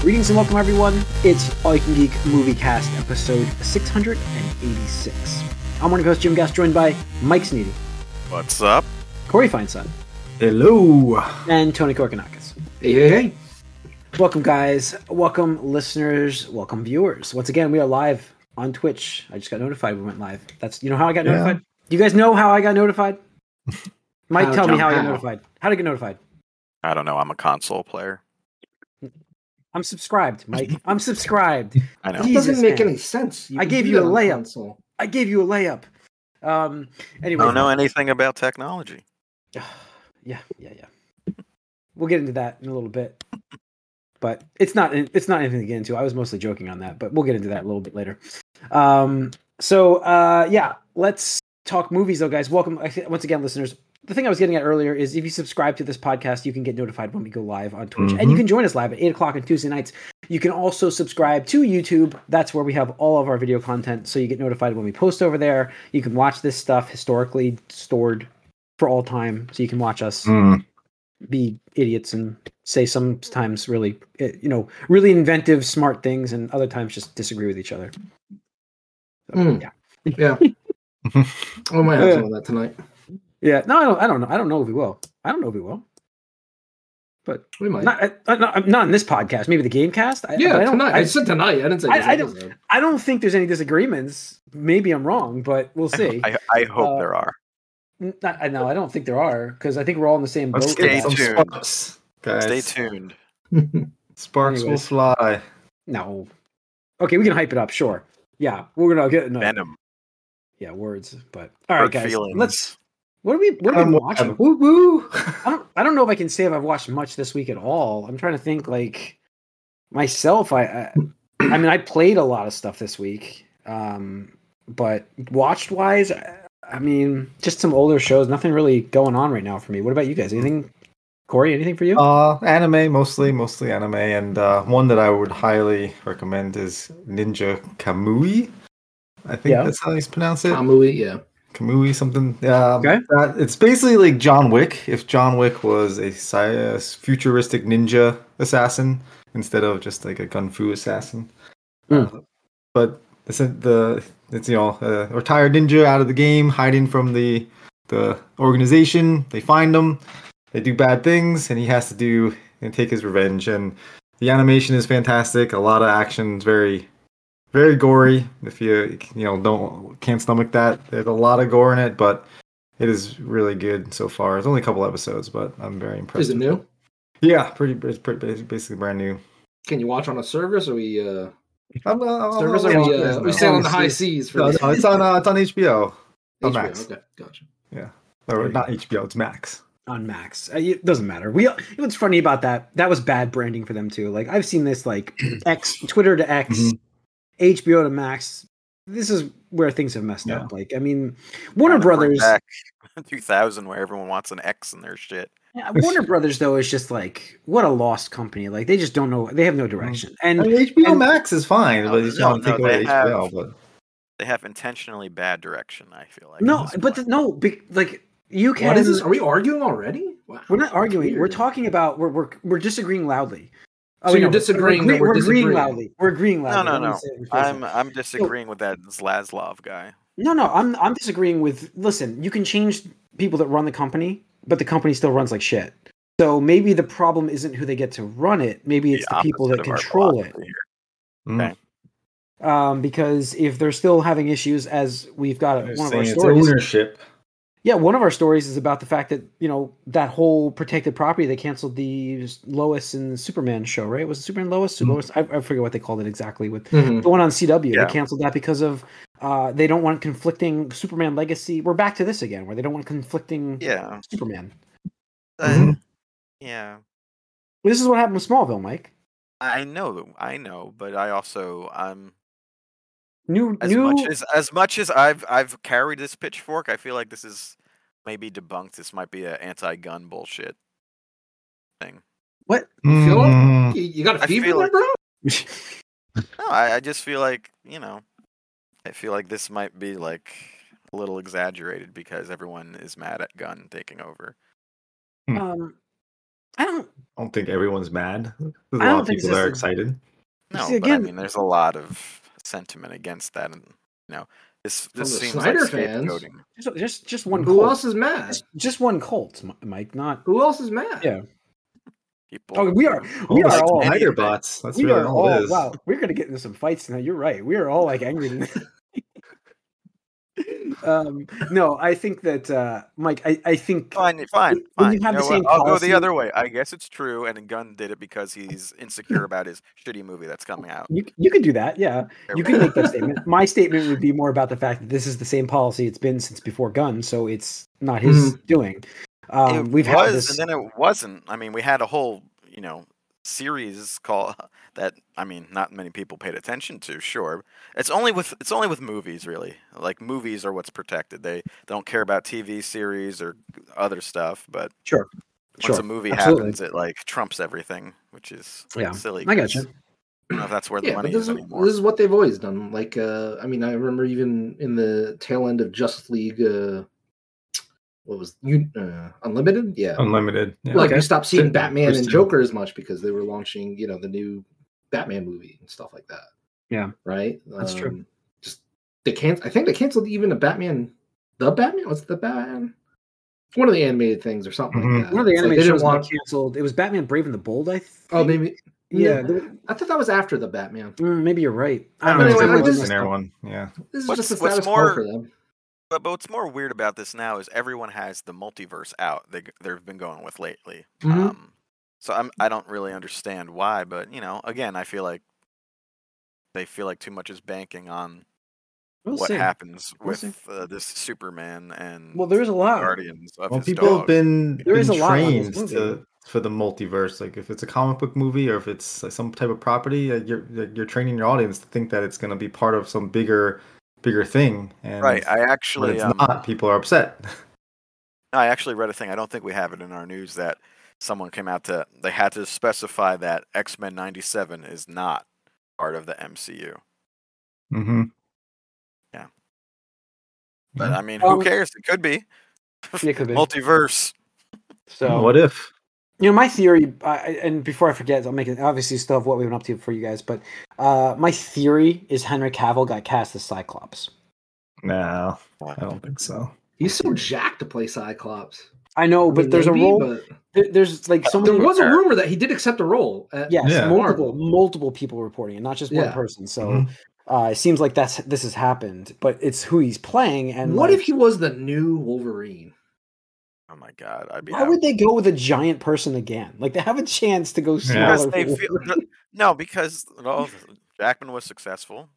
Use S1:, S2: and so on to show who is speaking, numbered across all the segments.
S1: Greetings and welcome, everyone. It's All You Can Geek Movie Cast, episode 686. I'm one of your hosts, Jim Gass, joined by Mike Sneedy,
S2: What's up?
S1: Corey Feinstein,
S3: Hello.
S1: and Tony Korkanakis.
S3: Hey, hey, hey.
S1: Welcome, guys. Welcome, listeners. Welcome, viewers. Once again, we are live on Twitch. I just got notified we went live. That's you know how I got
S3: Yeah.
S1: notified. Do you guys know how I got notified? Mike,
S3: How,
S1: tell me
S3: John,
S1: how I got
S3: how?
S1: notified. How did I get notified?
S2: I don't know. I'm a console player.
S1: I'm subscribed, Mike. I'm subscribed.
S2: I know.
S1: Ye-
S3: It
S1: Jesus,
S3: doesn't make
S1: man.
S3: any sense.
S1: I
S3: can
S1: gave
S3: do
S1: you
S3: that
S1: a
S3: on
S1: layup.
S3: console.
S1: I gave you a layup. Um. Anyway,
S2: Don't know anything about technology.
S1: yeah, yeah, yeah. We'll get into that in a little bit, but it's not it's not anything to get into. I was mostly joking on that, but we'll get into that a little bit later. Um, so uh, yeah, let's talk movies though, guys. Welcome I thi- once again, listeners. The thing I was getting at earlier is if you subscribe to this podcast, you can get notified when we go live on Twitch, and you
S3: Mhm.
S1: can join us live at eight o'clock on Tuesday nights. You can also subscribe to YouTube. That's where we have all of our video content, so you get notified when we post over there. You can watch this stuff historically stored for all time, so you can watch us
S2: Mm.
S1: be idiots and say sometimes really eh, you know really inventive smart things and other times just disagree with each other So,
S3: Mm.
S1: yeah
S3: Yeah. I might have some of that tonight.
S1: yeah no I don't, I don't know i don't know if we will i don't know if we will
S3: We might.
S1: not, eh, eh, not, not in this podcast maybe the game cast I,
S3: yeah,
S1: but I don't,
S3: tonight. I,
S1: I,
S3: said tonight. I didn't say
S1: I-
S3: this
S1: I don't-
S3: episode.
S1: I don't think there's any disagreements maybe i'm wrong but we'll
S2: I,
S1: see
S2: I, I hope
S1: Uh,
S2: there are.
S1: N- not- I, no i don't think there are because i think we're all in the same boat
S4: Let's
S1: with
S2: stay
S1: that.
S4: get some
S2: tuned.
S4: sparks, guys.
S2: Stay tuned.
S4: Sparks
S1: Anyways.
S4: will fly.
S1: no okay we can hype it up sure yeah we're gonna get no,
S2: Venom.
S1: yeah words but Uh, all right
S2: hurt
S1: guys
S2: feelings.
S1: let's what are we what are we
S4: Um,
S1: watching
S4: Woo woo.
S1: I don't I don't know if I can say if I've watched much this week at all. I'm trying to think like myself I I, I mean I played a lot of stuff this week. Um but watched wise I, I mean just some older shows, nothing really going on right now for me. What about you guys? Anything Corey, anything for you?
S4: Uh, anime mostly, mostly anime, and uh, one that I would highly recommend is Ninja Kamui. I think
S1: Yeah. Um,
S4: that's how you pronounce it.
S3: Kamui, yeah.
S4: Kamui something. Um,
S1: Okay.
S4: that- it's basically like John Wick. If John Wick was a sci- uh, futuristic ninja assassin instead of just like a kung fu assassin.
S3: Hmm.
S1: Mm.
S4: Uh, but it's a- the it's you know a retired ninja out of the game, hiding from the the organization. They find him. They do bad things, and he has to do and take his revenge. And the animation is fantastic. A lot of actions, very very gory. If you you know don't can't stomach that, there's a lot of gore in it, but it is really good so far. It's only a couple episodes, but I'm very impressed.
S3: Is it new?
S4: Yeah, pretty. It's pretty, it's basically brand new.
S3: Can you watch on a service? Or we uh,
S4: I'm, uh,
S3: service?
S4: I'm-
S3: Or we,
S4: I'm-
S3: uh,
S4: I'm-
S3: we sail on the
S4: I'm-
S3: high seas for
S4: Oh, No, no, it's on. Uh, it's on HBO. on
S3: HBO,
S4: Max.
S3: Okay, gotcha.
S4: Or not HBO. It's Max.
S1: on Max. Uh, It doesn't matter. We what's funny about that? That was bad branding for them too. Like I've seen this like X Twitter to X,
S3: Mm-hmm.
S4: Mhm.
S1: HBO to Max. This is where things have messed
S4: Yeah.
S1: up. Like I mean, Warner
S2: Trying to bring
S1: Brothers.
S2: Back 2000, where everyone wants an X in their shit.
S1: Yeah, Warner Brothers though is just like what a lost company. Like they just don't know. They have no
S3: Mm-hmm.
S1: direction.
S4: I
S1: And
S4: mean, HBO
S1: and- Oh,
S4: Max is fine,
S2: No,
S4: but you
S2: no,
S4: don't
S2: no,
S4: take away
S2: they have-
S4: HBO. But
S2: They have intentionally bad direction, I feel like. at
S1: no,
S2: this
S1: but
S2: point.
S1: the, no, be, like you can.
S3: What is this? Are we arguing already? Wow.
S1: We're not arguing. We're
S3: Weird.
S1: talking about we're we're we're disagreeing loudly.
S3: So
S1: wait,
S3: you're
S1: no, we're-
S3: disagreeing
S1: We're,
S3: that we're
S1: agreeing
S3: disagreeing.
S1: loudly. We're agreeing loudly.
S2: no,
S1: Let me
S2: no.
S1: say it in face
S2: I'm,
S1: of-
S2: I'm disagreeing with that Zlaslov guy.
S1: No, no, I'm I'm disagreeing with. Listen, you can change people that run the company, but the company still runs like shit. So maybe the problem isn't who they get to run it. Maybe it's the, people
S2: opposite
S1: that
S2: of our
S1: control it.
S2: philosophy here.
S4: Mm.
S1: Um, because if they're still having issues, as we've got
S4: They're
S1: one of
S4: saying
S1: our
S4: it's
S1: stories,
S4: ownership.
S1: yeah, one of our stories is about the fact that you know that whole protected property. They canceled the Lois and Superman show, right? Was it Superman Lois?
S4: Mhm.
S1: Lois? I, I forget what they called it exactly. With
S3: Mhm.
S1: the one on CW.
S2: Yeah.
S1: They canceled that because of uh, they don't want conflicting Superman legacy. We're back to this again, where they don't want conflicting
S2: Yeah.
S1: Superman.
S2: Uh,
S1: Mm-hmm.
S4: Mhm.
S2: Yeah.
S1: This is what happened with Smallville, Mike.
S2: I know. I know. But I also, I'm
S1: New,
S2: as
S1: new.
S2: much as as much as I've I've carried this pitchfork, I feel like this is maybe debunked. This might be an anti-gun bullshit thing.
S3: feel it?
S4: Mm.
S3: You, you got a
S2: I
S3: fever,
S2: feel
S3: there,
S2: like-
S3: bro?
S2: No, I, I just feel like you know, I feel like this might be like a little exaggerated because everyone is mad at gun taking over.
S1: um, I don't.
S4: I don't think everyone's mad. There's a
S1: I don't
S4: lot of
S1: think it's
S4: people that are
S1: just a-
S4: excited.
S2: No,
S1: See,
S2: but I
S1: again-
S2: mean, there's a lot of sentiment against that, and you know, this this
S3: the
S2: seems
S3: Snyder
S2: like
S3: fans.
S2: scapegoating.
S1: Just just, just one.
S3: Who
S1: cult.
S3: else is mad?
S1: Just, just one cult, M- Mike. Not.
S3: Who else is mad?
S1: Yeah.
S2: People,
S1: Oh, we are.
S4: Oh,
S1: We
S4: it's
S1: are all.
S2: many-
S4: Snyder bots. That's
S1: We
S4: really
S1: are
S4: all, it
S1: all.
S4: is.
S1: Wow, we're gonna get into some fights tonight. You're right. We are all like angry. tonight. um, no, I think that uh, Mike. I, I think.
S2: Fine, fine,
S1: When
S2: fine.
S1: you have the
S2: know what?
S1: same
S2: I'll go
S1: policy-
S2: the other way. I guess it's true, and Gunn did it because he's insecure about his shitty movie that's coming out.
S1: You, you could do that, yeah.
S2: There
S1: You
S2: we
S1: can
S2: go.
S1: make that statement. My statement would be more about the fact that this is the same policy it's been since before Gunn, so it's not his
S3: Mm-hmm.
S1: doing. Um,
S2: it
S1: we've
S2: was,
S1: had this.
S2: and then it wasn't. I mean, we had a whole, you know, series call that. I mean, not many people paid attention to. Sure, it's only with it's only with movies, really. Like movies are what's protected. They don't care about TV series or other stuff. But
S1: Sure.
S2: once
S1: Sure.
S2: a movie
S1: absolutely.
S2: happens, it like trumps everything, which is
S1: Yeah,
S2: silly.
S1: I
S2: 'cause
S1: gotcha.
S2: I don't know if that's where the
S3: Yeah, but
S2: money
S3: this
S2: is
S3: is,
S2: anymore.
S3: this is what they've always done. Like, uh, I mean, I remember even in the tail end of Justice League, uh, what was you uh, Unlimited? Yeah,
S1: Um,
S4: Unlimited. Yeah.
S3: like we stopped seeing
S4: Same-
S3: Batman and
S4: Christian.
S3: Joker as much because they were launching, you know, the new Batman movie and stuff like that.
S1: Yeah.
S3: right. Um,
S1: That's true.
S3: Just they can't. I think they canceled even a Batman, the Batman. What's the Batman? One of the animated things or something
S4: Mhm.
S3: like that.
S1: Mm-hmm. One of the
S3: It's like
S1: anime
S3: they didn't
S1: shows
S3: want-
S1: got canceled. It was Batman Brave and the Bold, I think.
S3: Oh, maybe.
S1: Yeah, there-
S3: I thought that was after the Batman.
S1: mm, maybe you're right.
S4: I
S1: I
S4: don't
S1: don't
S3: Anyway,
S4: know,
S3: I
S1: know.
S4: it's
S3: just-
S4: an air one. Yeah.
S3: This is
S2: What's-
S3: just a
S2: what's
S3: status
S2: more-
S3: quo for them.
S2: But, but what's more weird about this now is everyone has the multiverse out. They g- they've been going with lately.
S3: Mhm.
S4: Mm-hmm.
S2: Um, so I'm I don't really understand why, but you know, again, I feel like they feel like too much is banking on
S1: We'll
S2: what
S1: see.
S2: happens
S1: We'll see.
S2: with uh, this Superman and
S1: Well, there is a lot.
S2: Guardians of
S4: Well,
S2: his
S4: people
S2: dog.
S4: have been,
S1: There is
S4: been
S1: a lot on this
S4: trained
S1: movie.
S4: to for the multiverse. Like if it's a comic book movie or if it's like, some type of property, like, you're like, you're training your audience to think that it's going to be part of some bigger bigger thing. And
S2: right. I
S4: when
S2: actually
S4: it's
S2: um,
S4: not, people are upset.
S2: I actually read a thing. I don't think we have it in our news that someone came out to they had to specify that X Men '97 is not part of the MCU.
S4: mm-hmm.
S2: But
S4: Mhm.
S2: I mean, who
S1: Um,
S2: cares? It could be
S1: It could be.
S2: multiverse.
S1: So
S4: what if?
S1: you know my theory I, I- and before i forget i'll make it obviously still have what we've been up to for you guys but uh my theory is henry cavill got cast as cyclops
S4: No, I don't think so.
S3: He's so jacked to play Cyclops.
S1: i know
S3: I
S1: Oh, but
S3: mean,
S1: there's
S3: maybe,
S1: a role
S3: but
S1: there- there's like so
S3: There
S1: many
S3: was a rumor that he did accept a role. Uh, At,
S1: yes
S4: Yeah.
S1: multiple multiple people reporting it not just one
S3: Yeah. Mm-hmm.
S1: person so
S4: Mhm.
S1: uh it seems like that's this has happened but it's who he's playing and
S3: what
S1: like,
S3: if he was the new Wolverine?
S2: Oh my god, I'd be.
S1: why
S2: out.
S1: would they go with a giant person again like they have a chance to go
S4: Yeah.
S1: smaller
S2: because they
S1: for-
S2: feel th- no, because well, Jackman was successful.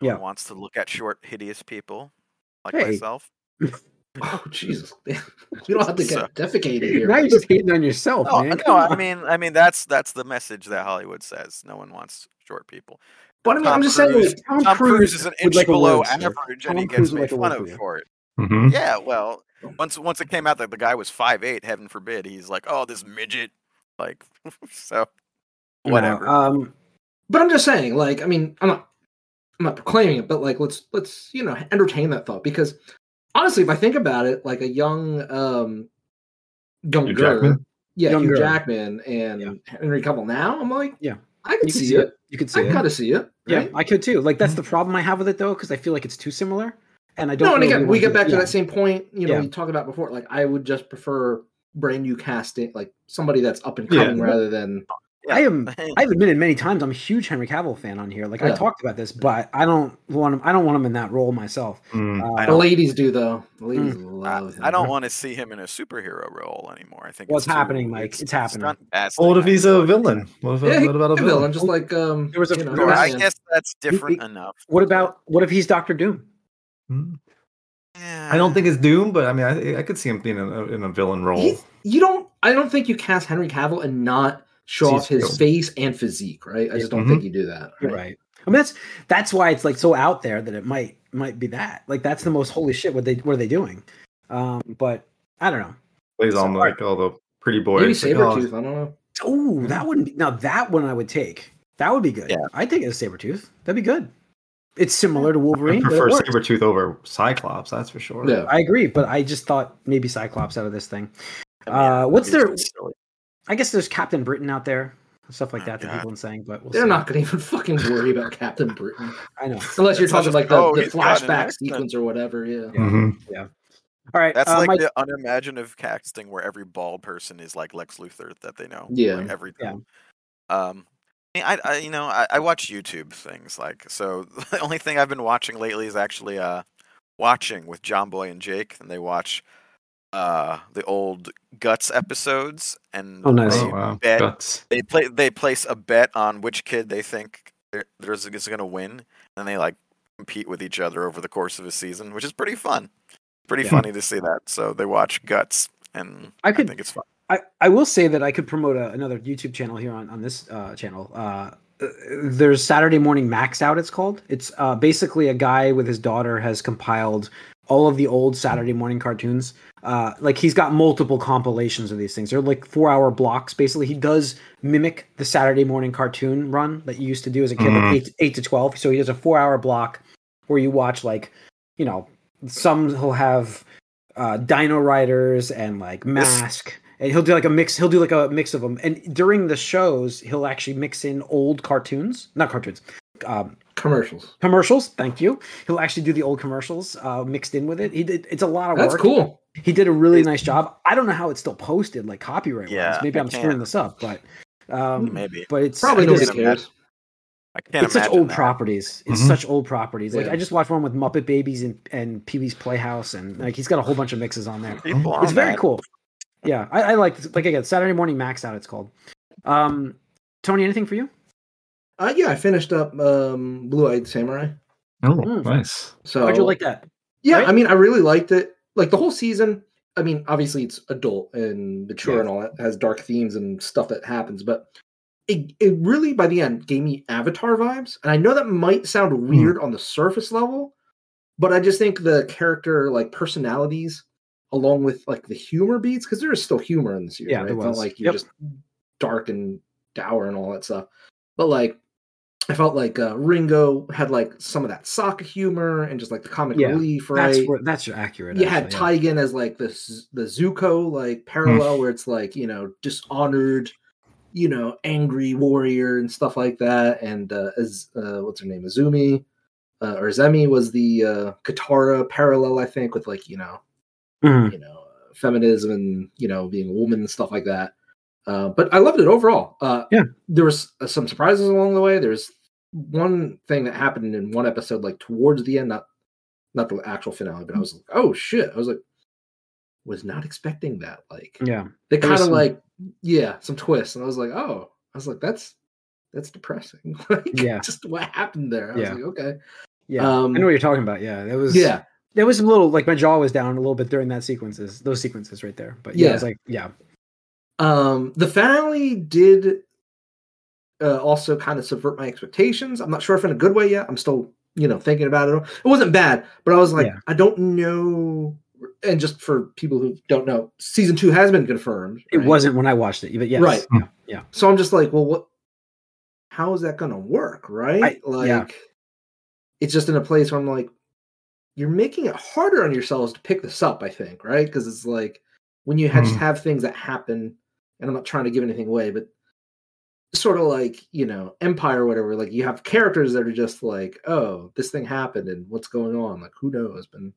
S2: No one
S1: Yeah.
S2: wants to look at short, hideous people like
S1: Hey.
S2: myself.
S3: Oh Jesus! we don't have to get
S2: So-
S3: defecated here.
S1: now you're just hating on yourself
S2: No,
S1: man
S2: Oh, no,
S1: Come
S2: I
S1: on.
S2: mean, I mean that's that's the message that Hollywood says. No one wants short people.
S3: but I mean, I'm
S2: Tom
S3: just saying,
S2: Cruise-
S3: like,
S1: Tom
S2: Tom Cruise is an
S1: would
S2: inch
S1: like a
S2: below
S1: word, sir.
S2: average, and
S1: Tom
S2: he
S1: Cruise
S2: gets
S1: would
S2: made
S1: like a word for
S2: fun
S1: Hmm.
S2: of
S1: you.
S2: for it.
S4: Mm-hmm.
S2: Yeah, well, once once it came out that the guy was five eight, heaven forbid, he's like, oh, this midget, like, so
S1: No,
S2: whatever.
S1: um
S3: but I'm just saying, like, I mean, I'm not, I'm not proclaiming it, but like, let's let's you know entertain that thought because honestly, if I think about it, like a young, um, younger,
S4: Hugh Jackman?
S3: yeah,
S1: Younger.
S3: Hugh Jackman and Henry Cavill. Now I'm like,
S1: Yeah.
S3: I can
S1: you
S3: see,
S1: could see
S3: it.
S1: it you could see
S3: I
S1: it
S3: kind of see it.
S1: Yeah,
S3: right? Mm-hmm.
S1: I could too. Like that's the problem I have with it though, because I feel like it's too similar, and I don't.
S3: No, and
S1: really
S3: again,
S1: wanna
S3: we
S1: do-
S3: get back to
S1: yeah.
S3: that same point. You know,
S1: Yeah.
S3: we talked about before. Like, I would just prefer brand new casting, like somebody that's up and
S4: Yeah.
S3: coming, rather than
S2: Yeah.
S1: I am. I've admitted many times I'm a huge Henry Cavill fan on here. Like I
S3: Yeah.
S1: talked about this, but I don't want him. I don't want him in that role myself.
S4: Mm.
S1: Uh,
S3: the ladies do, though. The ladies
S2: I,
S3: love.
S2: Hmm. I don't
S3: him.
S2: want to see him in a superhero role anymore. I think
S1: Well, it's
S2: too-
S1: happening, Mike. It's happening.
S2: stunt casting.
S4: Well, what if
S2: I
S4: he's
S2: feel
S4: a
S2: like.
S4: villain? What, if,
S3: Yeah, he
S4: what about a
S3: Hey, villain,
S4: villain?
S3: just like um.
S1: There was a-
S3: you know,
S1: there was-
S2: I
S3: Batman.
S2: guess that's different
S1: we-
S2: enough.
S1: What about what if he's Doctor Doom?
S4: Mm.
S2: Yeah.
S4: I don't think it's Doom, but I mean, I, I could see him being in a, in a villain role.
S3: He's- you don't. I don't think you cast Henry Cavill and not show off
S4: He's
S3: his face and physique, right? I just don't
S4: Mhm.
S3: think you do that.
S1: You're right. I mean that's that's why it's like so out there that it might might be that. Like that's the most holy shit. What they what are they doing? Um, but I don't know.
S4: plays
S1: Sorry.
S4: on like all the pretty boys.
S3: Maybe
S4: like, oh,
S3: Sabretooth, I don't know.
S1: Oh, that wouldn't be now that one I would take. That would be good.
S2: Yeah.
S1: I'd take it as Sabretooth. That'd be good. It's similar to Wolverine.
S4: I
S1: but it
S4: prefer
S1: works.
S4: Sabretooth over Cyclops, that's for sure.
S3: Yeah.
S1: I agree, but I just thought maybe Cyclops out of this thing.
S2: I mean,
S1: Uh, what's
S2: it's
S1: their-
S2: silly.
S1: I guess there's Captain Britain out there, stuff like
S2: Oh,
S1: that that
S2: God.
S1: people are saying, but we'll
S3: They're
S1: see.
S3: not going to even fucking worry about Captain Britain.
S1: I know.
S3: Unless you're
S2: It's not
S3: talking
S2: just
S3: like
S2: like,
S3: the,
S2: oh,
S3: the
S2: he's got an
S3: flashback
S2: accent.
S3: sequence or whatever. Yeah.
S4: Mhm.
S1: All right,
S2: That's
S1: uh,
S2: like
S1: Mike,
S2: the unimaginative casting where every bald person is like Lex Luthor that they know.
S3: Yeah.
S2: like, everything.
S1: Yeah.
S2: Um, I, mean, I, I you know I, I watch YouTube things like so. The only thing I've been watching lately is actually uh watching with John Boy and Jake, and they watch uh the old Guts episodes, and
S1: Oh, nice.
S2: they
S4: Oh, wow.
S2: bet
S4: Guts.
S2: they play they place a bet on which kid they think there- there's is going to win, and they like compete with each other over the course of a season, which is pretty fun. Pretty
S1: Yeah.
S2: funny to see that. So they watch guts, and
S1: I
S2: I,
S1: could-
S2: think it's fun.
S1: I, I will say that I could promote a, another YouTube channel here on, on this uh, channel. Uh, uh, there's Saturday Morning Maxed Out, it's called. It's uh, basically a guy with his daughter has compiled all of the old Saturday morning cartoons. Uh, like he's got multiple compilations of these things. They're like four hour blocks. Basically, he does mimic the Saturday morning cartoon run that you used to do as a kid,
S4: Mhm.
S2: Mm-hmm.
S1: like eight, eight to 12. So he does a four hour block where you watch, like, you know, some he'll have uh, Dino Riders and like Mask, and he'll do like a mix. He'll do like a mix of them. And during the shows, he'll actually mix in old cartoons, not cartoons, um,
S3: Commercials.
S1: commercials. Thank you. He'll actually do the old commercials uh, mixed in with it. He did. It's a lot of
S3: That's
S1: work.
S3: cool.
S1: He did a really nice job. I don't know how it's still posted, like copyright
S2: Yeah,
S1: wise. Maybe
S2: I
S1: I'm
S2: can't.
S1: screwing this up, but um,
S2: Maybe
S1: but it's
S3: Probably
S1: it
S3: nobody
S1: is-
S3: cares.
S2: I can't
S1: it's such
S2: imagine
S1: old
S2: that.
S1: properties. It's
S4: Mhm.
S1: such old properties. Like
S3: Yeah.
S1: I just watched one with Muppet Babies and and Pee Wee's Playhouse, and like he's got a whole bunch of mixes on there.
S2: People
S1: It's
S2: on
S1: very
S2: that.
S1: cool. Yeah, I, I like this. like again Saturday morning max out. It's called. Um, Tony, anything for you?
S3: Uh, yeah, I finished up um, Blue Eyed Samurai.
S4: Oh,
S1: Mm.
S4: nice.
S3: So
S1: How'd you like that?
S3: Yeah,
S1: right?
S3: I mean, I really liked it. Like the whole season. I mean, obviously it's adult and mature
S1: Yeah.
S3: and all that has dark themes and stuff that happens, but it, it really by the end gave me Avatar vibes. And I know that might sound
S1: Hmm.
S3: weird on the surface level, but I just think the character like personalities along with like the humor beats because there is still humor in the series.
S1: Yeah,
S3: right?
S1: there
S3: It's not
S1: was.
S3: like you're
S1: Yep.
S3: just dark and dour and all that stuff. But like I felt like uh, Ringo had like some of that Sokka humor and just like the comic
S1: Yeah,
S3: relief, right?
S1: That's where, that's your accurate.
S3: you had
S1: actually,
S3: Tigan as like this the Zuko like parallel where it's like you know dishonored, you know angry warrior and stuff like that, and uh, as uh, what's her name Azumi uh, or Zemi was the uh, Katara parallel I think with like you know
S1: yeah. Mhm.
S3: you know feminism and you know being a woman and stuff like that uh, but i loved it overall uh,
S1: Yeah.
S3: there was uh, some surprises along the way there's one thing that happened in one episode like towards the end not not the actual finale but i was like oh shit i was like was not expecting that like
S1: Yeah,
S3: they
S1: there
S3: kind
S1: was
S3: of
S1: some-
S3: like yeah some twists and i was like oh i was like that's that's depressing like
S1: Yeah.
S3: just what happened there i
S1: Yeah.
S3: was like okay
S1: yeah.
S3: um
S1: I know what you're talking about. Yeah, that was
S3: yeah
S1: There was a little like my jaw was down a little bit during that sequences, those sequences right there. But yeah,
S3: Yeah.
S1: it's like yeah,
S3: Um, the finale did uh, also kind of subvert my expectations. I'm not sure if in a good way yet. I'm still, you know, thinking about it. It wasn't bad, but I was like,
S1: Yeah.
S3: I don't know. And just for people who don't know, season two has been confirmed.
S1: it
S3: right?
S1: wasn't when I watched it, but yes,
S3: Right.
S1: yeah, yeah.
S3: So I'm just like, well, what? How is that going to work, right? like,
S1: yeah.
S3: it's just in a place where I'm like, you're making it harder on yourselves to pick this up. I think, right? Because it's like when you have,
S4: Mm.
S3: just
S1: Hmm.
S3: have things that happen, and I'm not trying to give anything away, but sort of like you know, Empire or whatever. Like you have characters that are just like, oh, this thing happened, and what's going on? Like who knows? And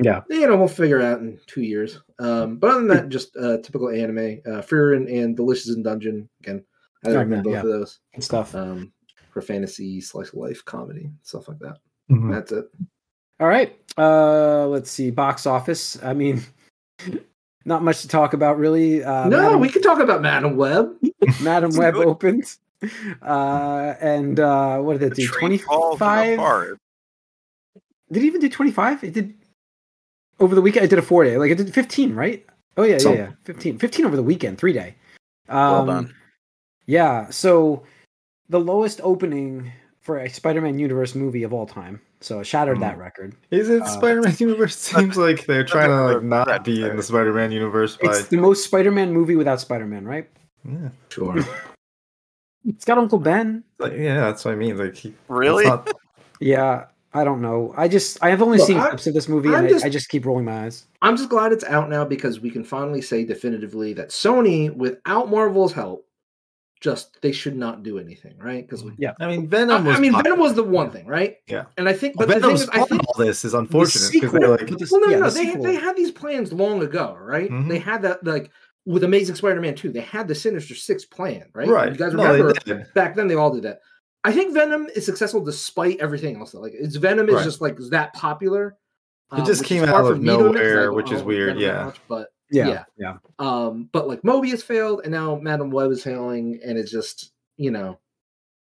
S1: Yeah.
S3: you know, we'll figure it out in two years. Um, but other than that, just uh, typical anime. Uh, Fear and, and Delicious in Dungeon. Again, I
S1: Like
S3: recommend
S1: that,
S3: both
S1: yeah.
S3: of those
S1: Good stuff.
S3: um, for fantasy, slice of life, comedy, stuff like that.
S4: Mhm.
S3: That's it.
S1: All right. Uh let's see. Box office. I mean not much to talk about really. Uh
S3: no,
S1: Madam,
S3: we could talk about Madam Web.
S1: Madam
S2: Let's
S1: Web
S2: do it.
S1: opened. Uh and uh what did it
S2: The
S1: do?
S2: train falls in a
S1: 25
S2: bar.
S1: Did it even do 25? It did over the weekend. It did a 4 day. Like it did 15, right? Oh yeah, yeah,
S4: Something.
S1: yeah. 15. 15 over the weekend, 3 day. Um
S2: Well done.
S1: Yeah, so the lowest opening for a Spider-Man universe movie of all time. So it shattered
S4: Hmm.
S1: that record.
S4: Is it
S1: Uh,
S4: Spider-Man universe? Seems like they're trying to like not be in the Spider-Man universe by.
S1: It's the most Spider-Man movie without Spider-Man, right?
S4: Yeah,
S3: Sure.
S1: It's got Uncle Ben.
S4: Like, yeah, that's what I mean. Like, he, it's
S2: Really?
S4: not-
S1: Yeah. I don't know. I just I have only
S3: Look,
S1: seen
S3: I-
S1: clips of this movie,
S3: I'm
S1: and
S3: just-
S1: I, I just keep rolling my eyes.
S3: I'm just glad it's out now because we can finally say definitively that Sony, without Marvel's help, just they should not do anything, right? Because
S4: I mean, Hmm. Venom
S3: I,
S4: was.
S3: I mean,
S4: popular.
S3: Venom was the one thing, right?
S4: Yeah.
S3: And I think,
S1: Oh,
S4: But
S3: but the thing
S4: Venom
S3: is, I
S4: spawned
S3: think,
S4: all this is unfortunate because
S1: sequel-
S4: they're like,
S1: but the-
S3: well, no,
S1: yeah,
S3: no, no,
S1: the
S3: they
S1: sequel.
S3: they had these plans long ago, right?
S4: Mhm.
S3: They had that like with Amazing Spider-Man two, they had the Sinister Six plan, right?
S4: right.
S3: You guys
S4: No, they
S3: remember
S4: did.
S3: back then they all did that. I think Venom is successful despite everything else. though. Like, it's Venom
S4: Right.
S3: is just like that popular. um,
S4: It just
S3: which
S4: came
S3: is
S4: out
S3: hard for
S4: of
S3: me to admit 'cause I
S4: nowhere,
S3: don't-
S4: which
S3: I don't
S4: is
S3: like
S4: weird,
S3: Venom that oh,
S4: yeah.
S3: much, but
S1: Yeah,
S3: Yeah.
S1: yeah.
S3: um, but like Mobius failed, and now Madam Web is failing, and it's just you know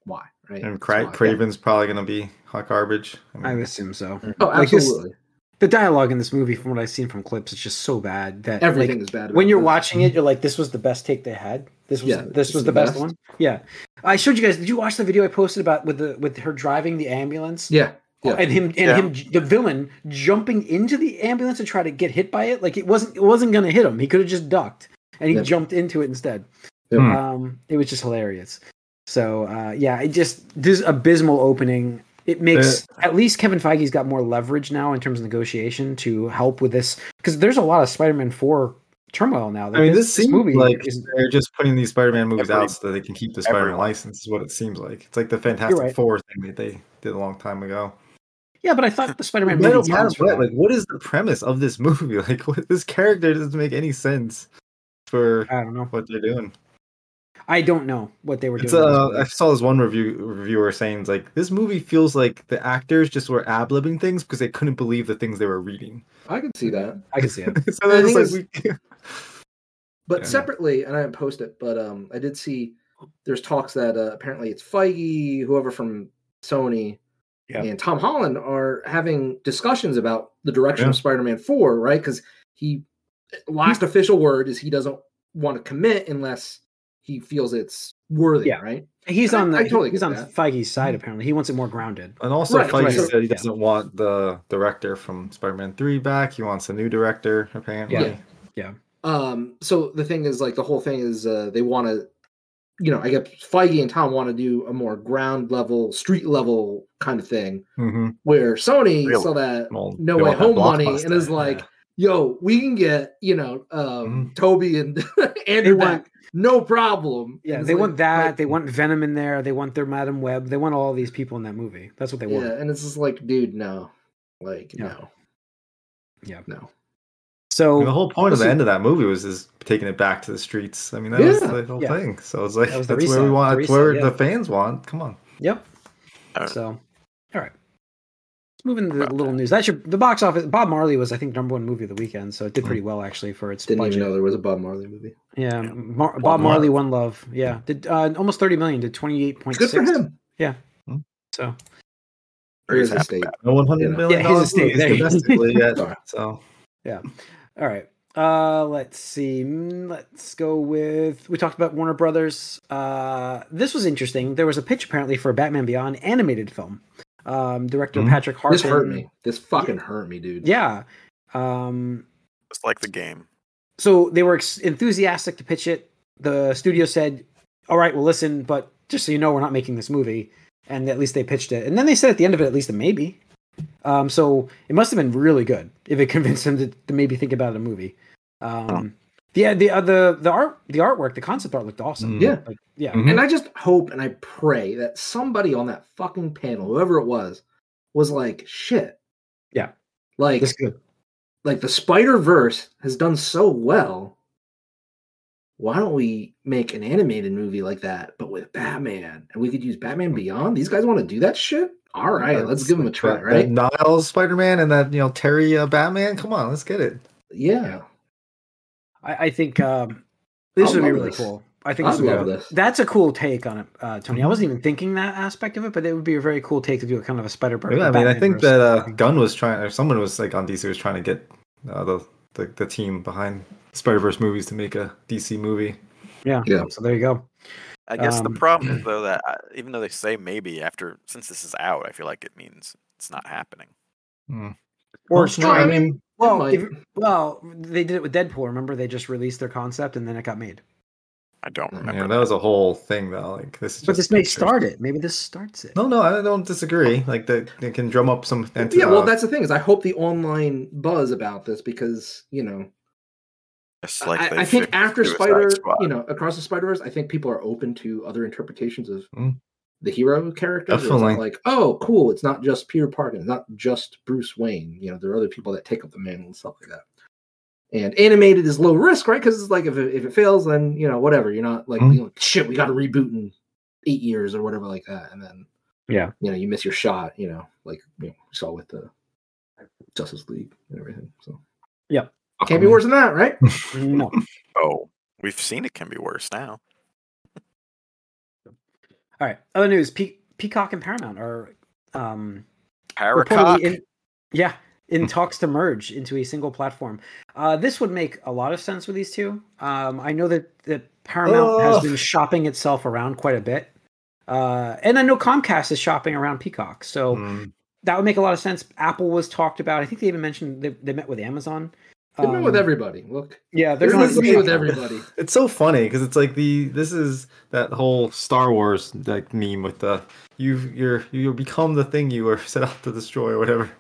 S3: why, right?
S4: And
S3: It's
S4: Cra-
S3: why, yeah.
S4: Craven's probably gonna be hot garbage. I mean,
S1: I would assume so.
S3: Oh,
S1: Like, this-
S3: absolutely.
S1: The dialogue in this movie, from what I've seen from clips, is just so bad that like,
S3: Everything is
S1: when
S3: bad. about
S1: you're
S3: this.
S1: watching it, you're like, "This was the best take they had. This was
S3: Yeah,
S1: this
S3: it's
S1: was
S3: the
S1: the best,
S3: best.
S1: one." Yeah, I showed you guys. Did you watch the video I posted about with the with her driving the ambulance?
S3: yeah, yeah.
S1: And him and
S2: Yeah.
S1: him the villain jumping into the ambulance to try to get hit by it. Like it wasn't it wasn't gonna hit him. He could have just ducked and he
S3: Yeah.
S1: jumped into it instead.
S3: Yeah.
S4: Hmm.
S1: Um it was just hilarious. So uh yeah, it just this abysmal opening. It makes at least Kevin Feige's got more leverage now in terms of negotiation to help with this because there's a lot of Spider-Man 4 turmoil now.
S4: I mean, this
S1: seems
S4: seems like
S1: is
S4: they're just putting these Spider-Man movies
S2: Every-
S4: out so that they can keep the Spider-Man
S2: everyone.
S4: license. Is what it seems like. It's like the Fantastic
S1: right.
S4: Four thing that they did a long time ago.
S1: yeah, but I thought the Spider-Man
S4: Madam-
S1: movie
S4: Madam
S1: counts for
S4: Web,
S1: that.
S4: like, what is the premise of this movie? Like, what, this character doesn't make any sense for
S1: I don't know.
S4: what they're doing.
S1: I don't know what they were
S4: It's
S1: doing. in this
S4: uh,
S1: movie.
S4: I saw this one review reviewer saying it's like this movie feels like the actors just were ab libbing things because they couldn't believe the things they were reading.
S3: I can see that.
S1: I can see it.
S4: so they're
S3: The
S4: just
S3: thing
S4: like, we,
S3: But
S4: Yeah.
S3: separately, and I didn't post it, but um, I did see there's talks that uh, apparently it's Feige, whoever from Sony,
S1: Yeah.
S3: and Tom Holland are having discussions about the direction of
S4: Yeah.
S3: Spider-Man Four, right? Because he last official word is he doesn't want to commit unless he feels it's worthy,
S1: Yeah.
S3: right?
S1: He's
S3: I-
S1: on the
S3: I totally
S1: he's
S3: get
S1: on
S3: that.
S1: Feige's side apparently. He wants it more grounded.
S4: And also,
S3: Right,
S4: Feige
S3: right.
S4: said he
S1: Yeah.
S4: doesn't want the director from Spider-Man Three back. He wants a new director, apparently.
S1: Yeah.
S3: Um, so the thing is, like, the whole thing is uh, they want to, you know, I guess Feige and Tom want to do a more ground level, street level kind of thing,
S4: hmm
S3: where Sony
S2: Really?
S3: saw that
S4: Well,
S3: No
S4: they
S3: Way
S4: want that
S3: Home money
S4: blockbuster.
S3: and is like, yo, we can get, you know, um, Toby and
S1: Mm-hmm. They
S3: Andrew
S1: want-
S3: back, no problem.
S1: Yeah,
S3: And it's
S1: they
S3: like-
S1: want that.
S3: like-
S1: they want Venom in there. They want their Madam Web. They want all these people in that movie. That's what they
S3: yeah,
S1: want.
S3: and it's just like, dude, no, like,
S1: Yeah.
S3: no,
S1: Yeah.
S3: no.
S4: I mean, the
S1: So
S4: whole point of the
S1: Listen-
S4: end of that movie was is taking it back to the streets. I mean, that was
S3: Yeah.
S4: the whole
S1: Yeah.
S4: thing. So it's like
S1: That was
S4: that's
S1: the
S4: where we
S1: reset,
S4: want.
S1: the
S4: That's where
S1: reset,
S4: the fans want. Come on.
S1: yep.
S2: Alright.
S1: So all right. Let's move into
S2: About
S1: the little news. That should the box office. Bob Marley was I think number one movie of the weekend, so it did pretty well actually for its
S3: Didn't
S1: budget.
S3: even know there was a Bob Marley movie.
S1: Yeah,
S2: Yeah.
S1: Mar- Bob,
S4: Bob
S1: Marley,
S4: Marley.
S1: One Love. Yeah, did uh, almost thirty million. Did twenty eight point
S3: Good
S1: six.
S3: for him.
S1: So
S3: Or his
S2: He's happy
S3: estate.
S4: No one hundred
S3: Yeah.
S4: million
S1: Yeah, he's a
S4: dollar movies
S1: state. There you go.
S4: domestically yet.
S3: Sorry.
S4: So
S1: All right. Uh, let's see. Mm, Let's go with. We talked about Warner Brothers. Uh, this was interesting. There was a pitch apparently for a Batman Beyond animated film. Um, director
S4: Mhm.
S1: Patrick Harkin.
S3: Hmm. This hurt me. This fucking hurt me, dude.
S1: Yeah. Um,
S2: Just like the game.
S1: so they were ex- enthusiastic to pitch it. The studio said, "All right, well, listen, but just so you know, we're not making this movie." And at least they pitched it, and then they said at the end of it, at least a maybe. Um, so it must have been really good if it convinced them to, to maybe think about a movie. Um, yeah, the uh, the the art the artwork, the concept art looked awesome.
S4: Mm.
S3: Yeah.
S1: like, yeah,
S4: Mhm.
S3: And I just hope and I pray that somebody on that fucking panel, whoever it was, was like, shit.
S1: Yeah.
S3: Like
S1: it's good.
S3: like the Spider Verse has done so well. Why don't we make an animated movie like that, but with Batman? And we could use Batman Beyond. These guys want to do that shit. All right, let's
S4: Hmm. that's
S3: give them a
S4: like
S3: try,
S4: that-
S3: right?
S4: That Niles Spider Man and that you know Terry uh, Batman. Come on, let's get it.
S3: Yeah,
S1: I, I think um, this
S3: I
S1: would be
S3: love
S1: really
S3: this.
S1: cool. I think
S3: I
S1: this would be
S3: love
S4: good.
S3: this.
S1: That's a cool take on it, uh, Tony.
S4: Mm-hmm.
S1: I wasn't even thinking that aspect of it, but it would be a very cool take to do a kind of a spider bird.
S4: Yeah, I mean, I think that uh, Gunn was trying, or someone was like on DC was trying to get uh, the, the the team behind Spider Verse movies to make a DC movie.
S1: yeah.
S3: Yeah.
S1: So there you go.
S2: I guess
S1: Um,
S2: the problem is though that uh, even though they say maybe after since this is out, I feel like it means it's not happening.
S1: Or
S4: Well,
S1: it's
S4: no, I
S1: trying.
S4: mean,
S1: Well,
S3: might-
S1: if, well, they did it with Deadpool. Remember, they just released their concept and then it got made.
S2: I don't remember.
S4: Yeah, that was a whole thing though. Like this is
S1: But
S4: just
S1: this may
S4: pictures.
S1: start it. Maybe this starts it.
S4: No, no, I don't disagree. Like that, they can drum up some. anti-
S3: yeah, well,
S4: uh,
S3: that's the thing is, I hope the online buzz about this because you know,
S2: Just like
S3: I,
S2: they
S3: I think
S2: should
S3: after
S2: do a side
S3: Spider,
S2: squad.
S3: you know, across the Spider Verse, I think people are open to other interpretations of
S4: Mm.
S3: the hero character.
S4: Definitely.
S3: like, oh, cool, it's not just Peter Parker, it's not just Bruce Wayne. You know, there are other people that take up the mantle and stuff like that. And animated is low risk, right? Because it's like if it, if it fails, then you know whatever. You're not like
S4: Mm.
S3: being like, shit, we got to reboot in eight years or whatever like that, and then
S1: Yeah.
S3: you know you miss your shot. You know, like you know, we saw with the Justice League and everything. So can't be worse than that, right?
S1: No.
S2: Oh, we've seen it can be worse now.
S1: All right. Other news: Pe- Peacock and Paramount are um,
S2: Paracock.
S1: reportedly in, yeah,
S3: Hmm.
S1: in talks to merge into a single platform. Uh, this would make a lot of sense with these two. Um, I know that, that Paramount has
S4: Ugh.
S1: been shopping itself around quite a bit. Uh, and I know Comcast is shopping around Peacock. So
S3: Hmm.
S4: Mm.
S1: that would make a lot of sense. Apple was talked about. I think they even mentioned they, they met with Amazon.
S3: They met with
S1: Um,
S3: everybody. Look,
S1: Yeah, they're
S3: they're
S4: Isn't
S1: going
S4: this
S1: to
S4: the thing
S3: with
S1: Peacock.
S3: everybody.
S4: It's so funny because it's like the this is that whole Star Wars like meme with the you you're you become the thing you were set out to destroy or whatever.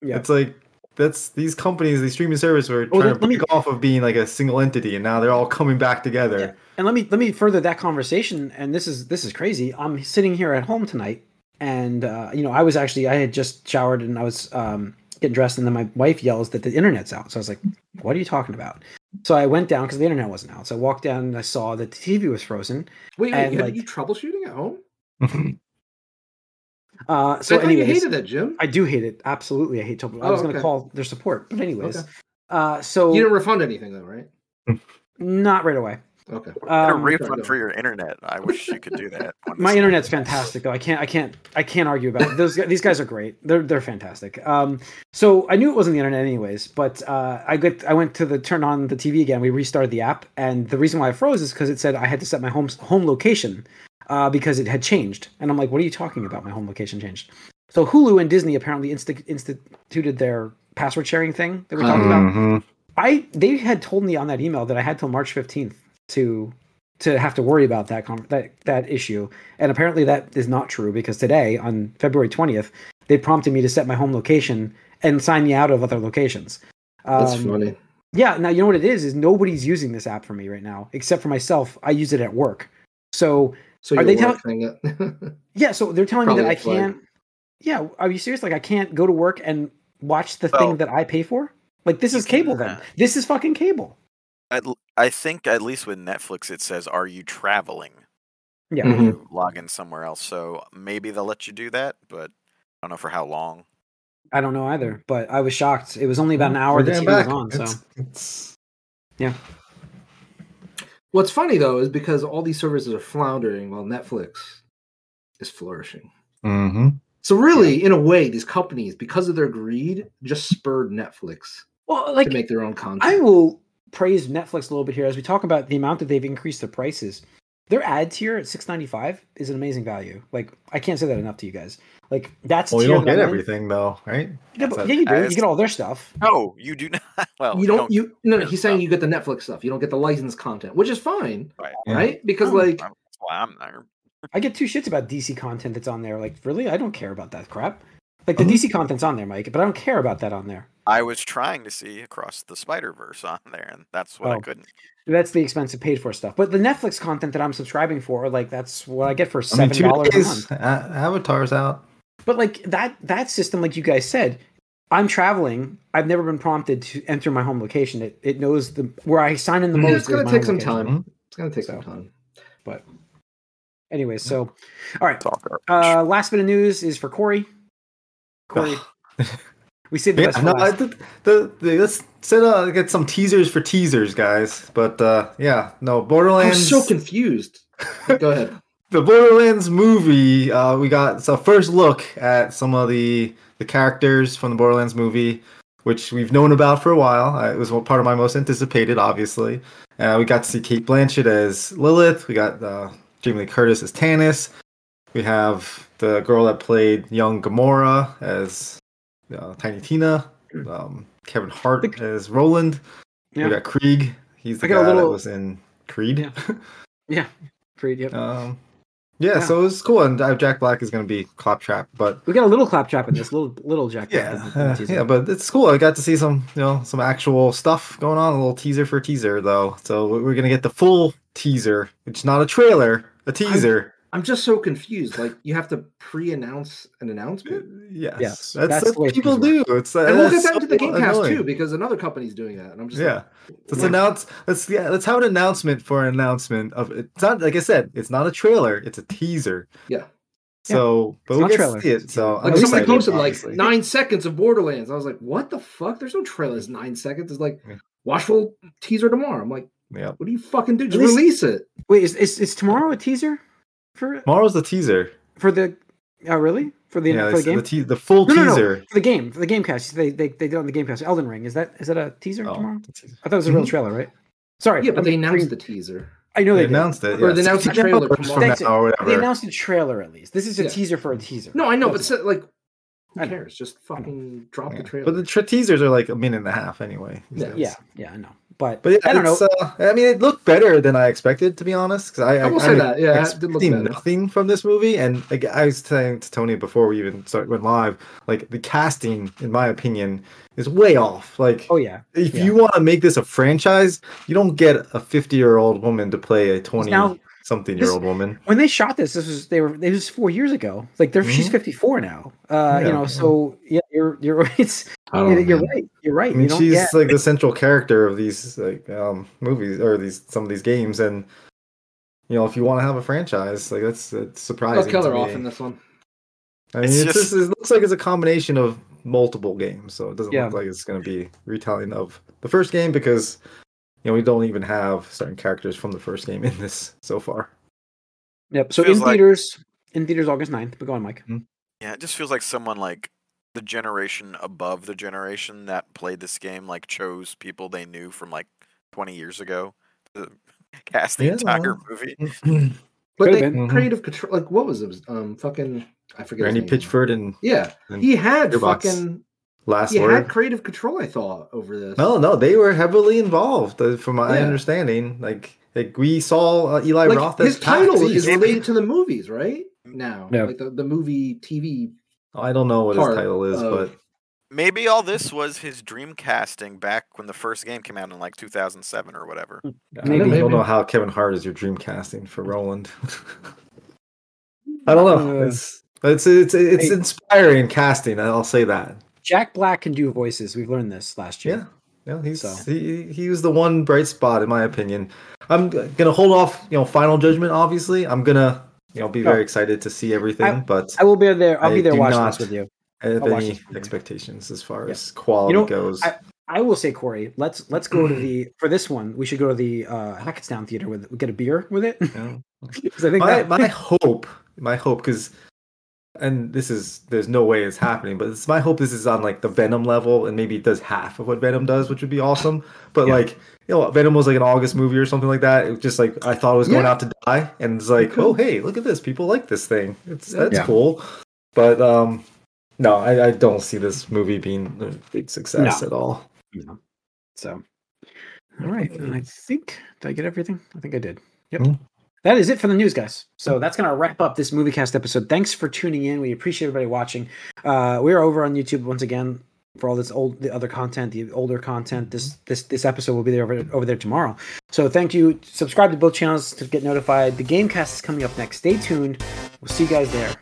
S1: Yeah.
S4: It's like that's these companies, these streaming services were
S1: Oh,
S4: trying to
S1: let me-
S4: break off of being like a single entity, and now they're all coming back together.
S1: Yeah. and let me let me further that conversation and this is this is crazy i'm sitting here at home tonight and uh, you know i was actually i had just showered and i was um, getting dressed and then my wife yells that the internet's out so i was like what are you talking about so i went down because the internet wasn't out so i walked down and i saw that the tv was frozen
S3: Wait, wait
S1: And,
S3: you, had-
S1: like-
S3: you troubleshooting at home?
S1: uh,
S3: So
S1: so
S3: I thought you
S1: anyways,
S3: hated that, Jim.
S1: i do hate it absolutely i hate trouble i
S3: Oh,
S1: was going
S3: okay.
S1: to call their support but anyways
S3: Okay.
S1: uh, so
S3: You didn't refund anything though, right?
S1: not right away
S3: Okay.
S2: Get a
S1: um,
S2: refund for your internet. I wish you could do that. on
S1: my
S2: this-
S1: internet's fantastic though. I can't I can't I can't argue about it. those. gu- These guys are great. They're they're fantastic. Um, so I knew it wasn't the internet anyways, but uh, I got I went to the turn on the TV again. We restarted the app, and the reason why I froze is because it said I had to set my home home location uh, because it had changed. And I'm like, what are you talking about? My home location changed. So Hulu and Disney apparently insti- instituted their password sharing thing that we're talking about.
S4: Mhm.
S1: I they had told me on that email that I had till March fifteenth to to have to worry about that con that that issue, and apparently that is not true because today on February twentieth they prompted me to set my home location and sign me out of other locations.
S3: That's
S1: Um,
S3: funny.
S1: yeah, now you know what it is is nobody's using this app for me right now except for myself. I use it at work, so
S3: So
S1: are
S3: you're
S1: they tell-
S3: working it.
S1: yeah, so they're telling me
S3: Probably
S1: that I
S3: it's like-
S1: can't. Yeah, are you serious? Like I can't go to work and watch the
S2: Well-
S1: thing that I pay for. Like this is cable
S3: uh
S1: then.
S2: Yeah.
S1: This is fucking cable.
S2: I, I think at least with Netflix, it says, "Are you traveling?"
S1: Yeah.
S3: Mhm.
S2: You log in somewhere else. So maybe they'll let you do that, but I don't know for how long.
S1: I don't know either, but I was shocked. It was only about an hour
S4: Mm-hmm. We're
S1: the
S4: getting
S1: TV
S4: back.
S1: was on, so
S4: It's- it's-
S3: What's funny though is because all these services are floundering while Netflix is flourishing.
S4: Mhm.
S3: So really, in a way, these companies, because of their greed, just spurred Netflix
S1: well,
S3: to
S1: like
S3: make their own content.
S1: I will praise Netflix a little bit here as we talk about the amount that they've increased their prices. Their ad tier at six ninety five is an amazing value. Like I can't say that enough to you guys. Like that's a
S4: Well, you
S1: tier
S4: don't
S1: that
S4: get
S1: I'm in.
S4: everything though, right?
S1: Yeah, but-
S4: That's
S1: yeah, you do.
S2: that
S1: You
S2: is-
S1: get all their stuff.
S2: No, you do not. Well,
S3: you don't. You no. no
S2: Yeah,
S3: he's saying
S2: no.
S3: you get the Netflix stuff. You don't get the licensed content, which is fine,
S2: Right.
S4: Yeah.
S3: right? Because like
S2: I'm- that's why I'm there.
S1: I get two shits about DC content that's on there. Like really, I don't care about that crap. Like
S4: Mm-hmm.
S1: the DC content's on there, Mike, but I don't care about that on there.
S2: I was trying to see across the Spider Verse on there, and that's what I
S1: Oh.
S2: couldn't.
S1: That's the expensive paid for stuff. But the Netflix content that I'm subscribing for, like that's what I get for
S4: I mean,
S1: seven
S4: two
S1: dollars a month.
S4: days, a- Avatar's out.
S1: But like that that system, like you guys said, I'm traveling. I've never been prompted to enter my home location. It it knows the where I sign in the
S4: Yeah,
S1: most.
S3: it's gonna
S1: is my
S3: take some
S1: home location. Mm-hmm.
S3: time.
S4: Mhm.
S3: It's gonna take some
S1: So.
S3: time.
S1: Anyway, so all right.
S2: It's all garbage.
S1: Uh, last bit of news is for Corey. Corey, we saved the
S4: Yeah,
S1: best for
S4: no, I,
S1: last.
S4: the, the, the, let's set uh, get some teasers for teasers, guys. But uh, yeah, no,
S3: I'm
S4: Borderlands.
S3: so confused. Go ahead.
S4: the Borderlands movie. Uh, we got so first look at some of the the characters from the Borderlands movie, which we've known about for a while. Uh, it was one- part of my most anticipated, obviously. Uh, we got to see Kate Blanchett as Lilith. We got uh, Jamie Lee Curtis as Tannis. We have the girl that played young Gamora as uh, Tiny Tina. Um, Kevin Hart
S1: Think-
S4: as Roland.
S1: Yeah.
S4: We got Krieg. He's the
S1: I got a
S4: guy that
S1: little-
S4: was in Creed.
S1: Yeah. Pretty. Yep.
S4: Um, yeah,
S1: Yeah.
S4: so it's cool, and uh, Jack Black is going to be Claptrap, but
S1: we got a little claptrap in this little little Jack.
S4: yeah,
S1: Black in the
S4: uh,
S1: teaser.
S4: yeah, but it's cool. I got to see some, you know, some actual stuff going on. A little teaser for teaser, though. So we- we're going to get the full teaser, which is not a trailer, a teaser.
S3: I'm just so confused. Like you have to pre-announce an announcement.
S4: Yes,
S1: Yes,
S4: that's,
S1: that's
S4: that's
S1: the way
S4: what people
S1: things
S4: do. It's uh,
S3: And we'll
S4: that's
S3: get that
S4: so
S3: to the GameCast
S4: annoying.
S3: too, because another company's doing that. And I'm just
S4: Yeah.
S3: like,
S4: Let's
S3: Yeah.
S4: announce. Let's yeah. Let's have an announcement for an announcement of. It's not like I said. It's not a trailer. It's a teaser.
S3: Yeah.
S1: Yeah.
S4: So, but
S1: It's
S4: we
S1: not
S4: get
S1: trailer,
S4: to see
S1: it's a
S4: it. So
S1: teaser.
S4: I'm
S3: like somebody
S4: excited,
S3: posted like
S4: obviously.
S3: nine seconds of Borderlands. I was like, what the fuck? There's no trailer. It's nine seconds. It's like
S4: Yeah.
S3: watchful teaser tomorrow. I'm like,
S4: Yeah.
S3: what do you fucking do? Just
S1: least-
S3: release it.
S1: Wait, is, is is tomorrow a teaser for
S4: Tomorrow's the teaser.
S1: for the? Oh, really? For the
S4: yeah.
S1: for the
S4: it's the,
S1: game?
S4: te- the full
S1: no, no,
S4: teaser.
S1: no. For the game, for the GameCast. They they they did on the GameCast. Elden Ring. Is that is that a teaser
S4: Oh,
S1: tomorrow?
S4: the teaser.
S1: I thought it was a real
S4: Mhm.
S1: trailer, right? Sorry.
S3: Yeah, but
S1: I'm
S3: they
S1: bringing-
S3: announced the teaser.
S1: I know
S4: They
S1: they, did.
S4: announced it.
S3: Or
S4: yeah.
S3: they announced the
S4: 60
S3: trailer
S4: hours from
S1: tomorrow.
S4: now or
S1: They
S4: whatever.
S1: announced a trailer at least. This is a
S3: Yeah.
S1: teaser for a teaser.
S3: No, I know, but
S1: That's
S3: so, like,
S1: I
S3: who
S1: know.
S3: cares? Just fucking drop
S4: Yeah.
S3: the trailer.
S4: But the tra- teasers are like a minute and a half anyway.
S3: Yeah.
S4: so
S1: Yeah,
S4: it's-
S1: yeah, I know. But,
S4: But yeah,
S1: I don't know.
S4: it's, Uh, I mean, it looked better than I expected, to be honest. Because I,
S3: I will
S4: I-
S3: say
S4: I'm
S3: that, yeah, it did look
S4: expecting
S3: better.
S4: nothing from this movie, and like, I was saying to Tony before we even started went live, like the casting, in my opinion, is way off. Like,
S1: oh yeah,
S4: if
S1: yeah.
S4: you want to make this a franchise, you don't get a fifty-year-old woman to play a
S1: Now-
S4: twenty-something-year-old woman.
S1: when they shot this, this was they were this was four years ago. Like they're she's
S4: Mhm.
S1: fifty four now. Uh,
S4: Yeah.
S1: you know, so yeah, you're you're it's
S5: I
S1: you're,
S5: don't know. man.
S1: right. You're right.
S4: I mean,
S1: you don't,
S4: she's
S1: yeah.
S4: like the central character of these like um movies or these some of these games, and you know, if you want to have a franchise, like that's, that's surprising.
S3: They'll kill her
S4: to
S3: off
S4: me.
S3: in this one.
S4: I mean,
S2: It's
S4: it's
S2: just-
S4: just, it looks like it's a combination of multiple games, so it doesn't
S1: Yeah.
S4: look like it's going to be retelling of the first game because you know we don't even have certain characters from the first game in this so far.
S1: Yep. So in
S2: feels like-
S1: theaters, in theaters August 9th. But go on, Mike.
S2: Yeah, it just feels like someone like the generation above the generation that played this game like chose people they knew from like 20 years ago to cast the
S4: Yeah.
S2: entire movie.
S3: But
S1: Could've
S3: they
S4: been. Mhm.
S3: creative control. Like, what was it? It was, Um, fucking, I forget. his
S4: Randy
S3: name.
S4: Pitchford and
S3: Yeah,
S4: and
S3: he had
S4: Gearbox.
S3: fucking.
S4: Last
S3: He had
S4: Word.
S3: creative control. I thought over this.
S4: No, no, they were heavily involved, uh, from my
S3: Yeah.
S4: understanding. Like, like we saw uh, Eli
S3: like,
S4: Roth.
S3: his
S4: As
S3: title
S4: Pax.
S3: is
S4: Jeez.
S3: related to the movies, right? Now,
S1: No.
S3: like the, the movie TV.
S4: I don't know what his
S3: part
S4: title is,
S3: of-
S4: but
S2: Maybe all this was his dream casting back when the first game came out in like 2007 or whatever.
S4: I
S1: Maybe.
S4: don't know how Kevin Hart is your dream casting for Roland. I don't know.
S1: Uh,
S4: it's it's it's, it's
S1: hey.
S4: inspiring casting. I'll say that.
S1: Jack Black can do voices. We've learned this last year.
S4: Yeah. No, he's
S1: So-
S4: he, he was the one bright spot in my opinion. I'm g- gonna hold off, you know, final judgment. Obviously, I'm gonna you know be
S1: No.
S4: very excited to see everything, but
S1: Oh. I will be there. I'll
S4: I
S1: be there
S4: do
S1: watching
S4: not-
S1: this with you.
S4: I have
S1: I'll watch
S4: any
S1: this movie.
S4: expectations as far
S1: Yeah.
S4: as quality
S1: You know,
S4: goes.
S1: I will say, Corey, let's let's go to the for this one. We should go to the uh, Hackettstown Theater with get a beer with it.
S4: you know?
S1: 'Cause I think
S4: my
S1: that-
S4: my hope, my hope, because, and this is there's no way it's happening, but it's my hope this is on like the Venom level, and maybe it does half of what Venom does, which would be awesome. But
S1: Yeah.
S4: like, you know, Venom was like an August movie or something like that. It was just like I thought it was going
S3: Yeah.
S4: out to die, and it's like, oh hey, look at this, people like this thing. It's that's
S1: Yeah.
S4: cool. But um, no, I, I don't see this movie being a big success at all.
S1: No. So, all right. And I think, did I get everything? I think I did. Yep.
S4: Mm.
S1: That is it for the news, guys. So that's going to wrap up this movie cast episode. Thanks for tuning in. We appreciate everybody watching. Uh, we are over on YouTube once again for all this old, the other content, the older content. This this this episode will be there over, over there tomorrow. So thank you. Subscribe to both channels to get notified. The Gamecast is coming up next. Stay tuned. We'll see you guys there.